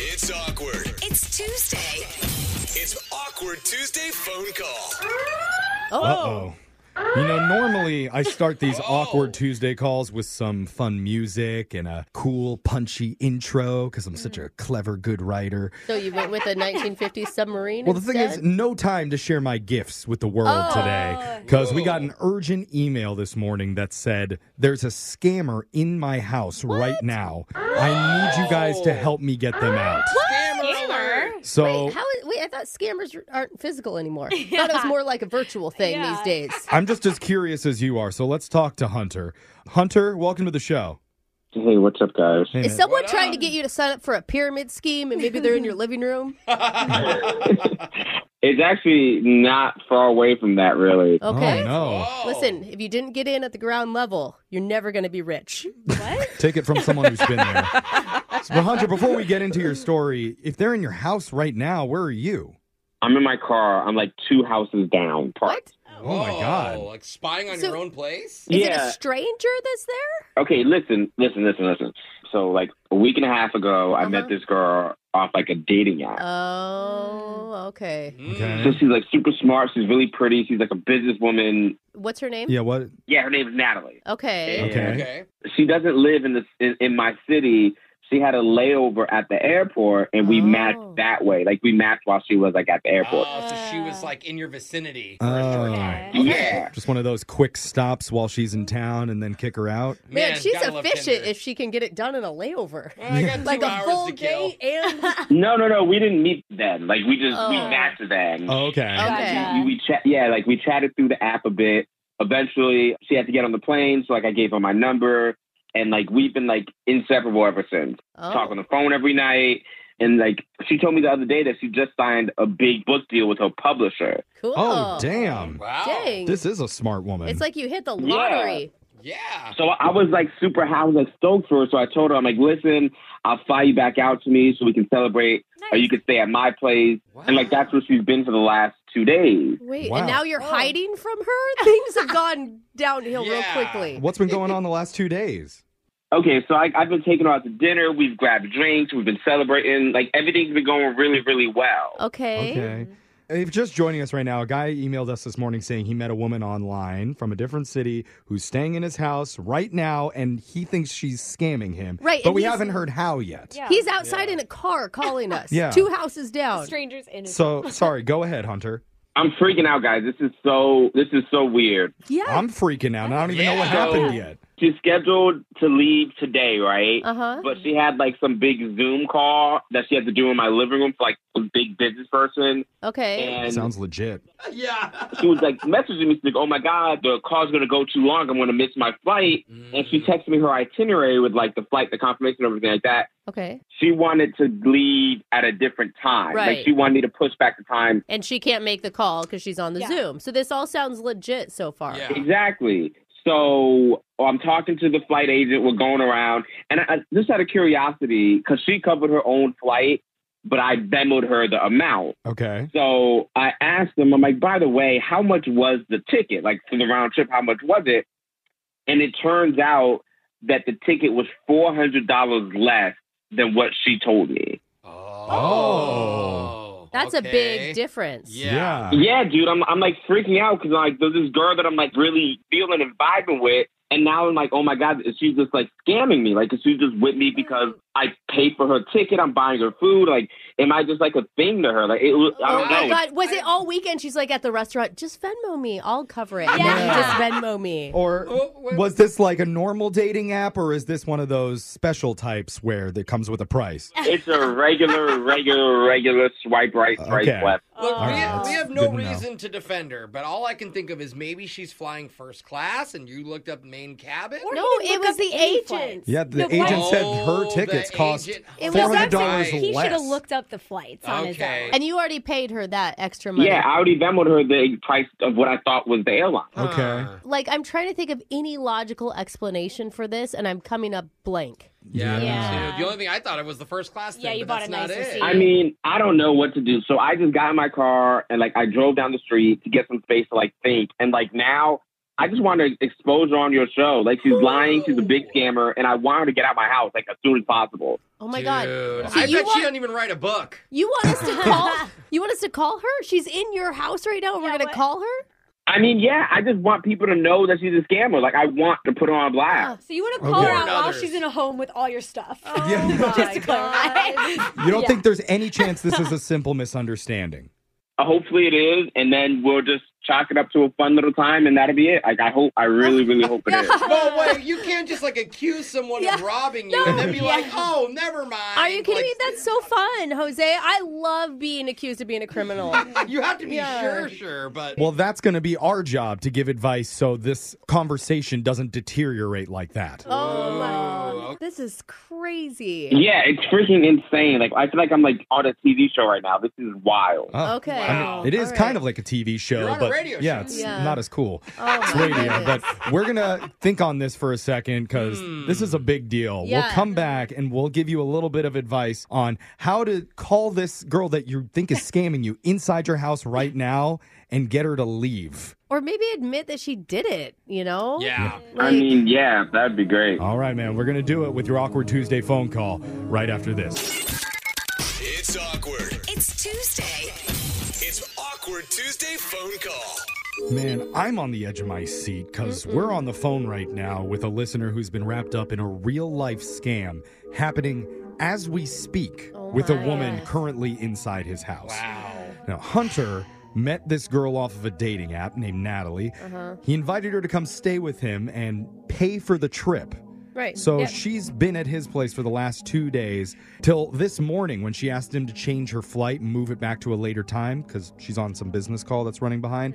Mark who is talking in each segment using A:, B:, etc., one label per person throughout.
A: It's awkward.
B: It's Tuesday.
A: It's awkward Tuesday phone call.
C: Uh oh. You know, normally I start these
D: Oh.
C: awkward Tuesday calls with some fun music and a cool, punchy intro because I'm such
D: Mm.
C: a clever, good writer.
D: So you went with a 1950s submarine.
C: Well, the thing is, no time to share my gifts with the world
D: Oh.
C: today because we got an urgent email this morning that said, There's a scammer in my house right now. I need you guys
D: Oh.
C: to help me get them out. So.
D: Wait, how is, wait, I thought scammers aren't physical anymore. I thought it was more like a virtual thing these days.
C: I'm just as curious as you are, so let's talk to Hunter. Hunter, welcome to the show.
E: Hey, what's up, guys?
D: Is someone trying to get you to sign up for a pyramid scheme and maybe they're in your living room?
E: It's actually not far away from that, really.
D: Okay.
C: Oh, no.
D: Listen, if you didn't get in at the ground level, you're never going to be rich.
C: Take it from someone who's been there. So, Hunter, before we get into your story, if they're in your house right now, where are you?
E: I'm in my car. I'm like two houses down. Parked.
C: Oh, my God.
A: Like spying on
D: So-
A: your own place?
D: Is it
E: Yeah.
D: a stranger that's there?
E: Okay, listen, listen, listen, listen. So, like a week and a half ago, I
D: Uh-huh.
E: met this girl off like a dating
A: Mm.
E: app.
D: Oh, okay.
E: so
C: Okay.
E: she's like super smart. She's really pretty. She's like a businesswoman.
D: What's her name?
C: Yeah, what?
E: Yeah, her name is Natalie.
D: Okay.
E: Yeah.
C: Okay.
A: Okay.
E: She doesn't live in the in, in my city. She had a layover at the airport, and we
D: Oh.
E: matched that way. Like we matched while she was like at the airport.
A: Oh, so she was like in your vicinity.
C: Oh.
E: yeah.
C: Just one of those quick stops while she's in town and then kick her out.
D: Man, she's
A: gotta love
D: efficient
A: Tinder.
D: if she can get it done in a layover.
A: Well, I got
D: Like
A: two
D: a
A: hours
D: full
A: to kill.
D: day and
E: No, no, no. We didn't meet then. Like we just we
D: Oh.
E: matched then.
C: Oh, okay.
D: okay.
E: we, we chat, yeah, like we chatted through the app a bit. Eventually, she had to get on the plane, so like I gave her my number, and like we've been like inseparable ever since.
D: Oh.
E: Talk on the phone every night, and like she told me the other day that she just signed a big book deal with her publisher.
D: Cool.
C: Oh, damn.
A: Wow.
D: Dang.
C: This is a smart woman.
D: it's like you hit the lottery.
A: Yeah.
E: So I was like super, I was like stoked for her. So I told her, I'm like, listen, I'll fly you back out to me so we can celebrate, or you can stay at my place, and like that's where she's been for the last two days.
D: Wait,
C: Wow.
D: and now you're hiding from her? Things have gone downhill
A: Yeah.
D: real quickly.
C: What's been going on the last two days?
E: Okay, so I, I've been taking her out to dinner. We've grabbed drinks. We've been celebrating. Like everything's been going really, really well.
D: Okay.
C: Okay. If just joining us right now, a guy emailed us this morning saying he met a woman online from a different city who's staying in his house right now and he thinks she's scamming him.
D: Right,
C: But
D: and
C: we
D: he's-
C: haven't heard how yet.
B: Yeah.
D: He's outside in a car calling us.
C: Yeah.
D: Two houses down.
B: Strangers in his
C: So sorry, go ahead, Hunter.
E: I'm freaking out, guys. This is so. This is so weird.
D: Yeah.
C: I'm freaking out. and I don't even know what
A: Yeah.
C: happened yet.
E: She's scheduled to leave today, right?
D: Uh huh.
E: But she had like some big Zoom call that she had to do in my living room for like some big business person.
A: Oh.
D: Okay.
E: And
C: Sounds legit.
E: she was like messaging me, she's like, oh my God, the call's going to go too long. I'm going to miss my flight. And she texted me her itinerary with like the flight, the confirmation, everything like that.
D: Okay.
E: She wanted to leave at a different time.
D: Right.
E: Like she wanted me to push back the time.
D: And she can't make the call because she's on the Zoom. So this all sounds legit so far.
A: Yeah.
E: Exactly. So I'm talking to the flight agent. We're going around, and I, I- just out of curiosity, because she covered her own flight, but I demoed her the amount.
C: Okay.
E: So I asked them, I'm like, by the way, how much was the ticket? Like for the round trip, how much was it? And it turns out that the ticket was four hundred dollars less than what she told me.
A: Oh.
D: That's a
A: Okay.
D: big difference.
A: Yeah.
E: Yeah, dude, I'm I'm like freaking out because like there's this girl that I'm like really feeling and vibing with, and now I'm like, oh my god, she's just like scamming me. Like, is she just with me because I paid for her ticket? I'm buying her food. Like, am I just like a thing to her? Like, it was, I
D: Oh
E: don't know.
D: my God! Was it all weekend? She's like at the restaurant. Just Venmo me. I'll cover it. Yeah. just Venmo me.
C: Or
D: Oh,
C: was this like a normal dating app, or is this one of those special types where that comes with a price?
E: It's a regular, regular, regular swipe right, swipe
C: Okay.
E: left.
A: Look,
C: All
A: we,
C: right,
A: have, we
C: that's
A: have no
C: good to know.
A: reason to defend her, but all I can think of is maybe she's flying first class and you looked up main cabin.
B: Or
D: No,
B: he
D: it
B: didn't look
D: was
B: up
D: the
B: any
D: agent.
B: flights.
C: Yeah, the
B: flight-
C: agent said
A: Oh,
C: her
A: the
C: tickets cost
A: agent-
B: It
C: four
B: was
C: hundred
B: up
C: dollars
B: to- He should
C: less.
B: have looked up the flights on his
A: Okay.
B: own.
D: And you already paid her that extra money.
E: Yeah, I already demoed her the price of what I thought was the airline.
C: Okay.
A: Huh.
D: Like I'm trying to think of any logical explanation for this, and I'm coming up blank.
A: Yeah, me
B: Yeah.
A: too. The only thing I thought it was the first class thing.
B: Yeah, you
A: but that's
B: bought a
A: not
B: nicer
A: it.
B: seat.
E: I mean, I don't know what to do. So I just got in my car and like I drove down the street to get some space to like think. And like now, I just want to expose her on your show. Like she's lying, she's a big scammer, and I want her to get out of my house like as soon as possible.
D: Oh my
A: Dude,
D: God! So
A: I
D: you
A: bet
D: want-
A: she doesn't even write a book.
D: You want us to call? you want us to call her? She's in your house right now, and we're
B: Yeah,
D: gonna
B: what-
D: call her.
E: I mean, yeah, I just want people to know that she's a scammer. Like I want to put her on blast.
B: So you want to call her
C: Okay.
B: out while
A: Others.
B: Oh, she's in a home with all your stuff.
D: Oh,
C: Yeah.
B: Just to clarify.
C: You don't think there's any chance this is a simple misunderstanding?
E: Uh, hopefully it is, and then we'll just chalk it up to a fun little time, and that'll be it. Like I hope, I really, really hope it is.
A: No way, you can't just like accuse someone of
D: Yeah.
A: robbing you and then be like, oh, never mind.
D: Are you kidding
A: Like,
D: me? That's so fun, Jose. I love being accused of being a criminal.
A: You have to be
D: Yeah.
A: sure, sure, but
C: Well, that's going to be our job to give advice so this conversation doesn't deteriorate like that.
D: oh my! This is crazy.
E: Yeah, it's freaking insane. Like I feel like I'm like on a TV show right now. This is wild.
C: Oh,
D: Okay.
A: Wow.
C: It is
D: All right.
C: kind of like a TV show,
A: You're on a
C: but
A: radio
C: yeah,
A: show.
C: it's
D: Yeah.
C: not as cool.
D: Oh,
C: It's
D: my
C: radio,
D: goodness. Hmm.
C: but we're gonna think on this for a second because this is a big deal. We'll
D: Yeah.
C: come back and we'll give you a little bit of advice on how to call this girl that you think is scamming you inside your house right now and get her to leave.
D: or maybe admit that she did it. You know?
A: yeah.
E: I mean, yeah, that'd be great.
C: All right, man, we're gonna do it with your awkward Tuesday phone call right after this.
A: It's awkward.
B: It's Tuesday.
A: It's awkward Tuesday phone call.
C: Man, I'm on the edge of my seat because we're on the phone right now with a listener who's been wrapped up in a real life scam happening as we speak
D: Oh
C: with a
D: my
C: woman
D: goodness.
C: currently inside his house.
A: Wow.
C: Now, Hunter met this girl off of a dating app named Natalie.
D: Uh-huh.
C: He invited her to come stay with him and pay for the trip.
D: Right.
C: So
D: Yeah.
C: she's been at his place for the last two days till this morning when she asked him to change her flight and move it back to a later time because she's on some business call that's running behind.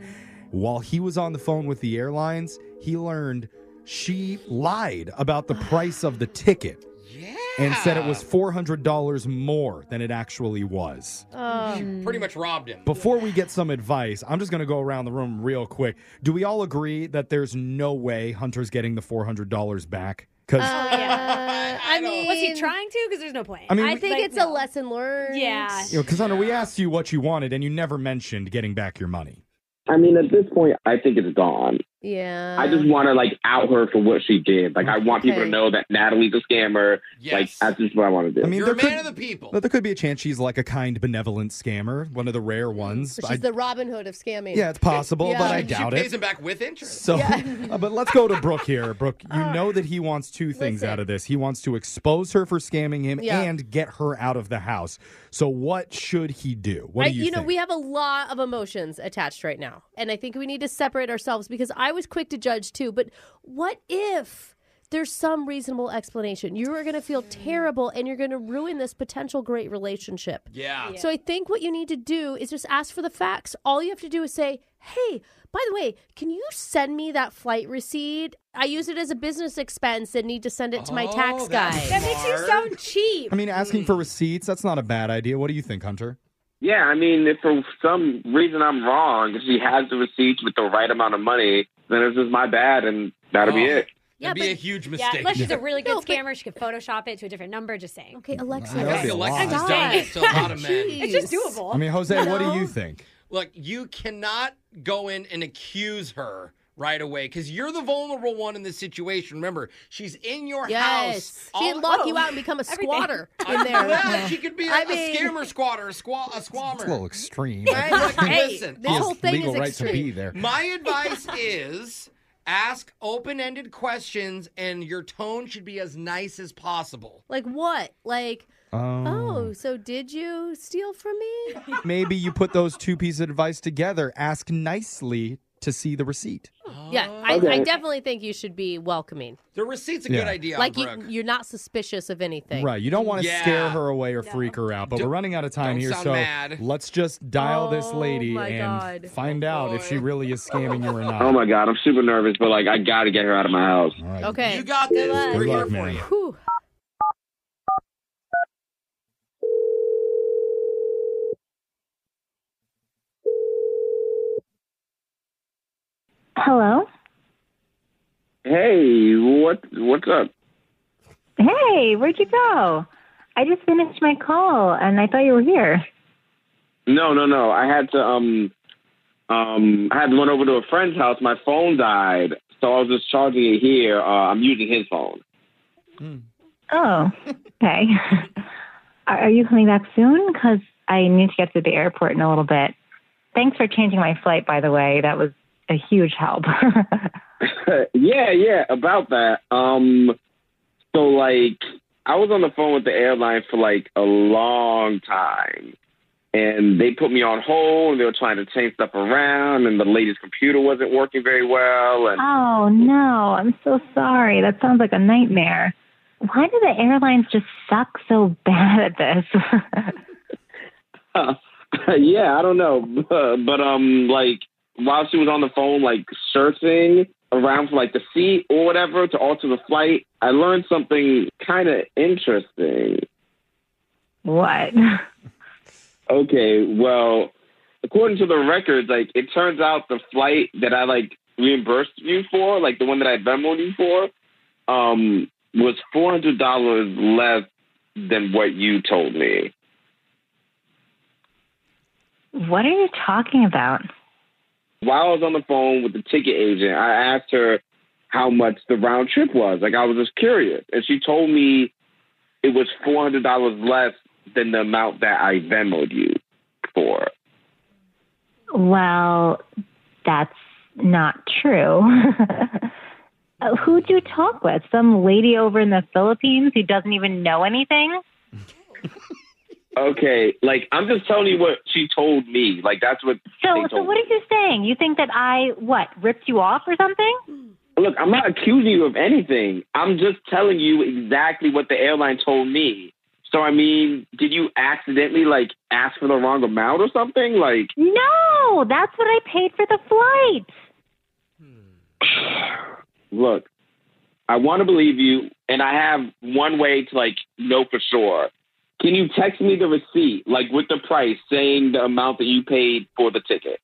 C: While he was on the phone with the airlines, he learned she lied about the price of the ticket
A: Yeah.
C: and said it was $400 more than it actually was.
D: Uh,
A: pretty much robbed him.
C: Before we get some advice, I'm just going to go around the room real quick. Do we all agree that there's no way Hunter's getting the $400 back? Because
D: Uh, I mean,
B: Was he trying to? Because there's no point.
C: I mean,
D: I
C: we-
D: think
B: Like,
D: it's a
B: no.
D: lesson learned.
B: Yeah.
C: you know, Cassandra, we asked you what you wanted, and you never mentioned getting back your money.
E: I mean, at this point, I think it's gone.
D: Yeah.
E: I
A: Mm-hmm.
E: just want to like out her for what she did. Like, I want people
D: Okay.
E: to know that Natalie's a scammer.
A: Yes.
E: Like, that's just what I want to do.
C: I mean,
A: You're
C: there
A: a man
C: could-
A: of the people.
C: But there could be a chance she's like a kind, benevolent scammer, one of the rare
A: Mm,
C: ones.
D: She's
C: I-
D: the Robin Hood of scamming.
C: yeah, it's possible,
D: Yeah.
C: but I
D: She
C: doubt
A: she
C: it.
A: pays him back with interest.
C: So, uh, but let's go to Brooke here. Brooke, you know that he wants two things
D: Listen.
C: out of this. He wants to expose her for scamming him
D: Yeah.
C: and get her out of the house. So, what should he do? What
D: I,
C: do
D: you,
C: you,
D: know,
C: think?
D: we have a lot of emotions attached right now. And I think we need to separate ourselves because I was quick to judge too. But what if There's some reasonable explanation. You are going to feel terrible and you're going to ruin this potential great relationship.
A: Yeah.
D: So I think what you need to do is just ask for the facts. All you have to do is say, hey, by the way, can you send me that flight receipt? I use it as a business expense and need to send it to
A: Oh,
D: my tax guy.
B: That makes you sound cheap.
C: I mean, asking
A: Mm.
C: for receipts, that's not a bad idea. What do you think, Hunter?
E: Yeah, I mean, if for some reason I'm wrong, if she has the receipts with the right amount of money, then it's just my bad, and that'll be
A: Oh.
E: it.
A: That'd be a huge
B: Yeah,
A: mistake.
B: unless she's a really good scammer, she could Photoshop it to a different number. Just saying.
D: Okay, Alexa.
C: That'd be a
A: Alexa's
C: lot.
A: done it to a lot of men.
B: It's just doable.
C: I mean, Jose, what do you think?
A: Look, you cannot go in and accuse her right away because you're the vulnerable one in this situation. Remember, she's in your
D: Yes.
A: house.
D: She
A: All-
D: can lock you out and become a squatter in there.
A: Yeah, she could be a,
D: I
A: a
D: mean-
A: scammer squatter, a, squaw, a
C: It's
A: squammer.
C: a little extreme.
A: Right? Like, listen,
D: this
C: He has
D: whole thing
C: legal
D: is
C: right
D: extreme.
C: to be there.
A: My advice is ask open-ended questions and your tone should be as nice as possible. Hmm.
D: Like what? Like
C: Um,
D: oh, so did you steal from me?
C: Maybe you put those two pieces of advice together. Ask nicely to see the receipt.
D: yeah, I, I definitely think you should be welcoming.
A: The receipt's a
C: Yeah.
A: good idea,
D: like
A: Brooke.
D: you, you're not suspicious of anything.
C: Right. You don't want to
A: Yeah.
C: scare her away or freak her out, but we're running out of time
A: Don't
C: here,
A: sound
C: so
A: mad. Oh,
C: let's just dial this
D: Oh,
C: lady
D: my
C: and
D: God.
C: find out if she really is scamming you or not.
E: Oh my god, I'm super nervous, but like I got to get her out of my house.
C: All right.
D: Okay.
A: You got this.
D: luck.
A: We're
C: Good
A: here
C: luck,
A: for
C: man.
A: you.
D: Whew.
F: Hello.
E: Hey, what what's up?
F: Hey, where'd you go? I just finished my call and I thought you were here.
E: No, no, no. I had to um um I had to run over to a friend's house. My phone died, so I was just charging it here. Uh, I'm using his phone.
F: Oh, okay. are, are you coming back soon? Because I need to get to the airport in a little bit. Thanks for changing my flight, by the way. That was a huge help.
E: yeah, yeah, about that. Um so like I was on the phone with the airline for like a long time. And they put me on hold. They were trying to change stuff around, and the lady's computer wasn't working very well. And
F: oh, no. I'm so sorry. That sounds like a nightmare. Why do the airlines just suck so bad at this?
E: Uh, yeah, I don't know, but, but um, like while she was on the phone, like searching around for like the seat or whatever to alter the flight, I learned something kind of interesting.
F: what?
E: Okay, well, according to the records, like it turns out the flight that I like reimbursed you for, like the one that I Venmoed you for, um, was four hundred dollars less than what you told me.
F: What are you talking about?
E: while I was on the phone with the ticket agent, I asked her how much the round trip was. Like I was just curious, and she told me it was four hundred dollars less than the amount that I Venmoed you for.
F: Well, that's not true. Uh, Who'd you talk with? Some lady over in the Philippines who doesn't even know anything?
E: Okay, like I'm just telling you what she told me. Like that's what they
F: So,
E: told
F: so what
E: me.
F: are you saying? You think that I what ripped you off or something?
E: Look, I'm not accusing you of anything. I'm just telling you exactly what the airline told me. So I mean, did you accidentally like ask for the wrong amount or something? Like
F: No, that's what I paid for the flight.
E: look, I want to believe you, and I have one way to like know for sure. Can you text me the receipt, like with the price, saying the amount that you paid for the ticket?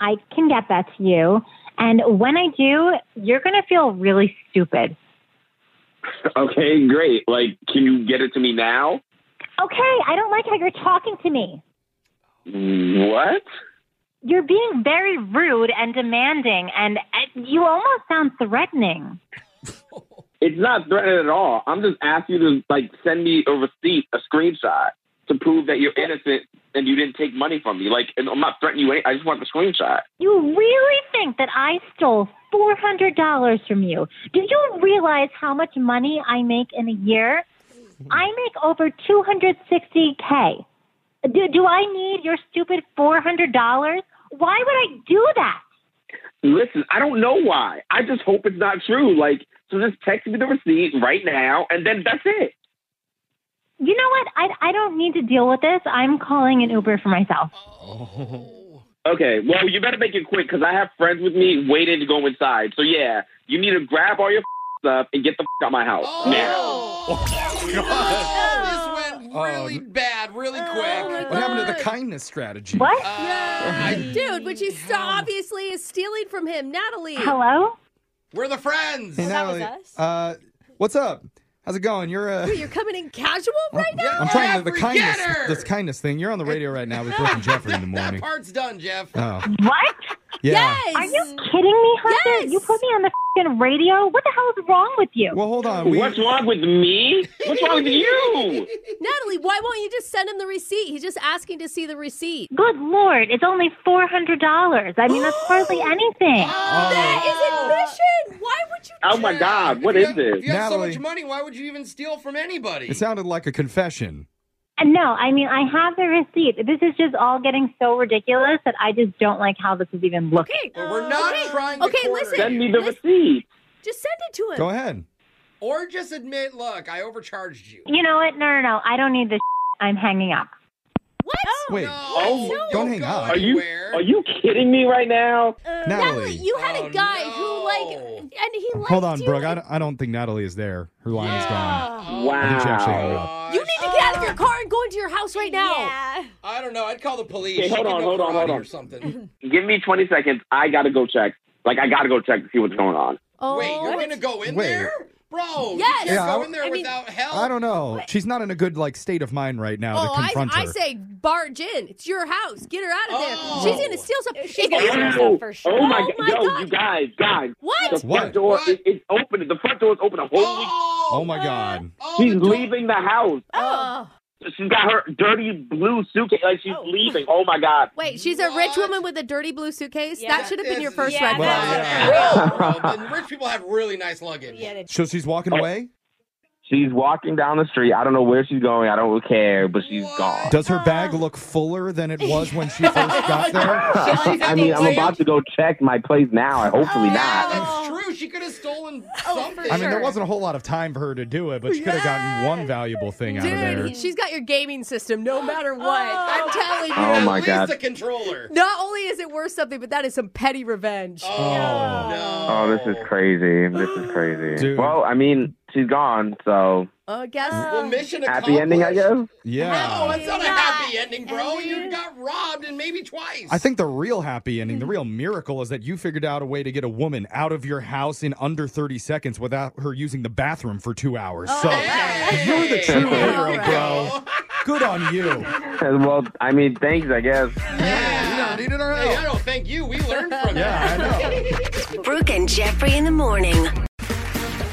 F: I can get that to you, and when I do, you're gonna feel really stupid.
E: okay, great. Like, can you get it to me now?
F: Okay, I don't like how you're talking to me.
E: What?
F: You're being very rude and demanding, and uh, you almost sound threatening.
E: It's not threatening at all. I'm just asking you to like send me a receipt, a screenshot to prove that you're innocent and you didn't take money from me. Like, and I'm not threatening you. Any- I just want the screenshot.
F: You really think that I stole $400 from you? Do you realize how much money I make in a year? I make over 260K. Do, do I need your stupid $400? Why would I do that?
E: Listen, I don't know why. I just hope it's not true. Like So just text me the receipt right now, and then that's it.
F: You know what? I, I don't need to deal with this. I'm calling an Uber for myself.
E: Okay, well, you better make it quick because I have friends with me waiting to go inside. So, yeah, you need to grab all your stuff and get the out my house
A: This went really bad, really
D: Oh
A: quick.
C: What happened to the kindness strategy? Uh,
F: What?
D: Dude, which you so obviously is stealing from him, Natalie.
F: Hello?
A: We're the friends.
C: Hey, Natalie, Uh, what's up? How's it going? You're uh,
D: Wait, you're coming in casual
A: Oh,
D: right now?
C: I'm trying to the
A: Jeffrey, get
C: kindness
A: her!
C: this kindness thing. You're on the radio right now with Brooke and Jeffrey in the
A: That
C: morning.
A: part's done, Jeff.
C: Oh,
F: What?
C: yeah.
F: Are you kidding me, Hunter? You put me on the fing radio? What the hell is wrong with you?
C: Well, hold on.
E: now. What's wrong with me? What's wrong with you?
D: Natalie, why won't you just send him the receipt? He's just asking to see the receipt.
F: Good lord, it's only $400. I mean, that's hardly anything.
C: uh,
A: Oh.
D: That is admission. Why would you?
E: Oh, my God, what
A: If you
E: is
A: have-
E: this?
A: If you have so
C: Natalie.
A: much money, why would you even steal from anybody?
C: It sounded like a confession.
F: And Uh, No, I mean, I have the receipt. This is just all getting so ridiculous that I just don't like how this is even looking.
D: Okay,
A: Well, we're not
D: Okay.
A: trying to
D: Okay,
A: corner
D: listen.
A: you.
E: Send me the
D: Listen.
E: receipt.
D: just send it to him.
C: Go ahead.
A: Or just admit, look, I overcharged you.
F: You know what? No, no, no. I don't need this. I'm hanging up.
D: What?
C: Wait,
A: Oh,
C: no. Don't hang up.
E: Are you
A: anywhere.
E: are you kidding me right now?
D: Natalie,
C: Natalie.
D: you had
A: Oh,
D: a guy
A: no.
D: who like, and he liked
C: Hold on,
D: you.
C: Brooke. I don't, I don't think Natalie is there. Her line is gone. I think she actually hung
E: Wow.
C: up.
D: You need to get out of your car and go into your house right now.
B: Yeah.
A: I don't know. I'd call the police.
E: Okay, hold
A: She can
E: on,
A: go
E: hold on, hold
A: karate
E: on.
A: Or something.
E: Give me 20 seconds. I gotta go check. Like I gotta go check to see what's going on.
D: Oh,
A: Wait, you're gonna go in
C: Wait.
A: there, bro?
D: Yes.
A: You can't
D: Yeah,
A: go
C: I-
A: in there
D: I mean-
A: without help.
C: I don't know. She's not in a good like state of mind right now
D: Oh,
C: to
D: I,
C: confront
D: I
C: her.
D: say barge in. It's your house. Get her out of there.
A: Oh.
D: She's gonna steal something.
B: She's gonna steal
E: Wow.
B: stuff for sure.
E: Oh my,
D: Oh my
E: god. Yo,
D: God.
E: you guys, guys.
D: What?
E: The front
C: What?
E: door
A: What?
E: is it's open. The front door is open a whole week.
A: Oh,
C: oh my god.
A: oh,
E: She's
A: the door-
E: leaving the house.
D: Oh.
E: She's got her dirty blue suitcase. Like she's leaving. Oh my god.
D: Wait, she's a rich
A: What?
D: woman with a dirty blue suitcase.
B: Yeah.
D: That should have been your
A: This
D: first
A: is-
B: yeah,
D: red flag.
A: Yeah. Well, then rich people have really nice luggage.
B: Yeah, they-
C: So she's walking away.
E: She's walking down the street. I don't know where she's going. I don't care, but she's
A: What?
E: gone.
C: Does her bag look fuller than it was when she first got there?
E: I mean, I'm about to go check my place now. Hopefully
A: Yeah,
E: not.
A: that's true. She could have stolen something.
C: I mean, there wasn't a whole lot of time for her to do it, but she could have gotten one valuable thing out of there.
D: Dude, she's got your gaming system no matter what. I'm telling you.
E: Oh,
A: At
E: my
A: least
E: God.
A: a controller.
D: Not only is it worth something, but that is some petty revenge.
C: Oh,
A: No.
E: Oh, this is crazy. This is crazy.
C: Dude.
E: Well, I mean, she's gone, so
D: I Oh, guess.
A: Well, mission
E: happy ending, I
A: accomplished.
E: guess.
C: yeah.
E: Oh.
A: No, it's not a happy ending, bro. You got robbed and maybe twice.
C: I think the real happy ending,
D: Hmm.
C: the real miracle is that you figured out a way to get a woman out of your house in under 30 seconds without her using the bathroom for two hours.
D: Oh,
C: So
A: Hey!
C: you're the true
E: There
C: hero,
D: you
C: bro. Good on you.
E: Well, I mean, thanks, I guess.
A: Yeah. Hey, I don't thank you. We learned from
C: Yeah, I
A: you.
C: know.
G: Brooke and Jeffrey in the morning.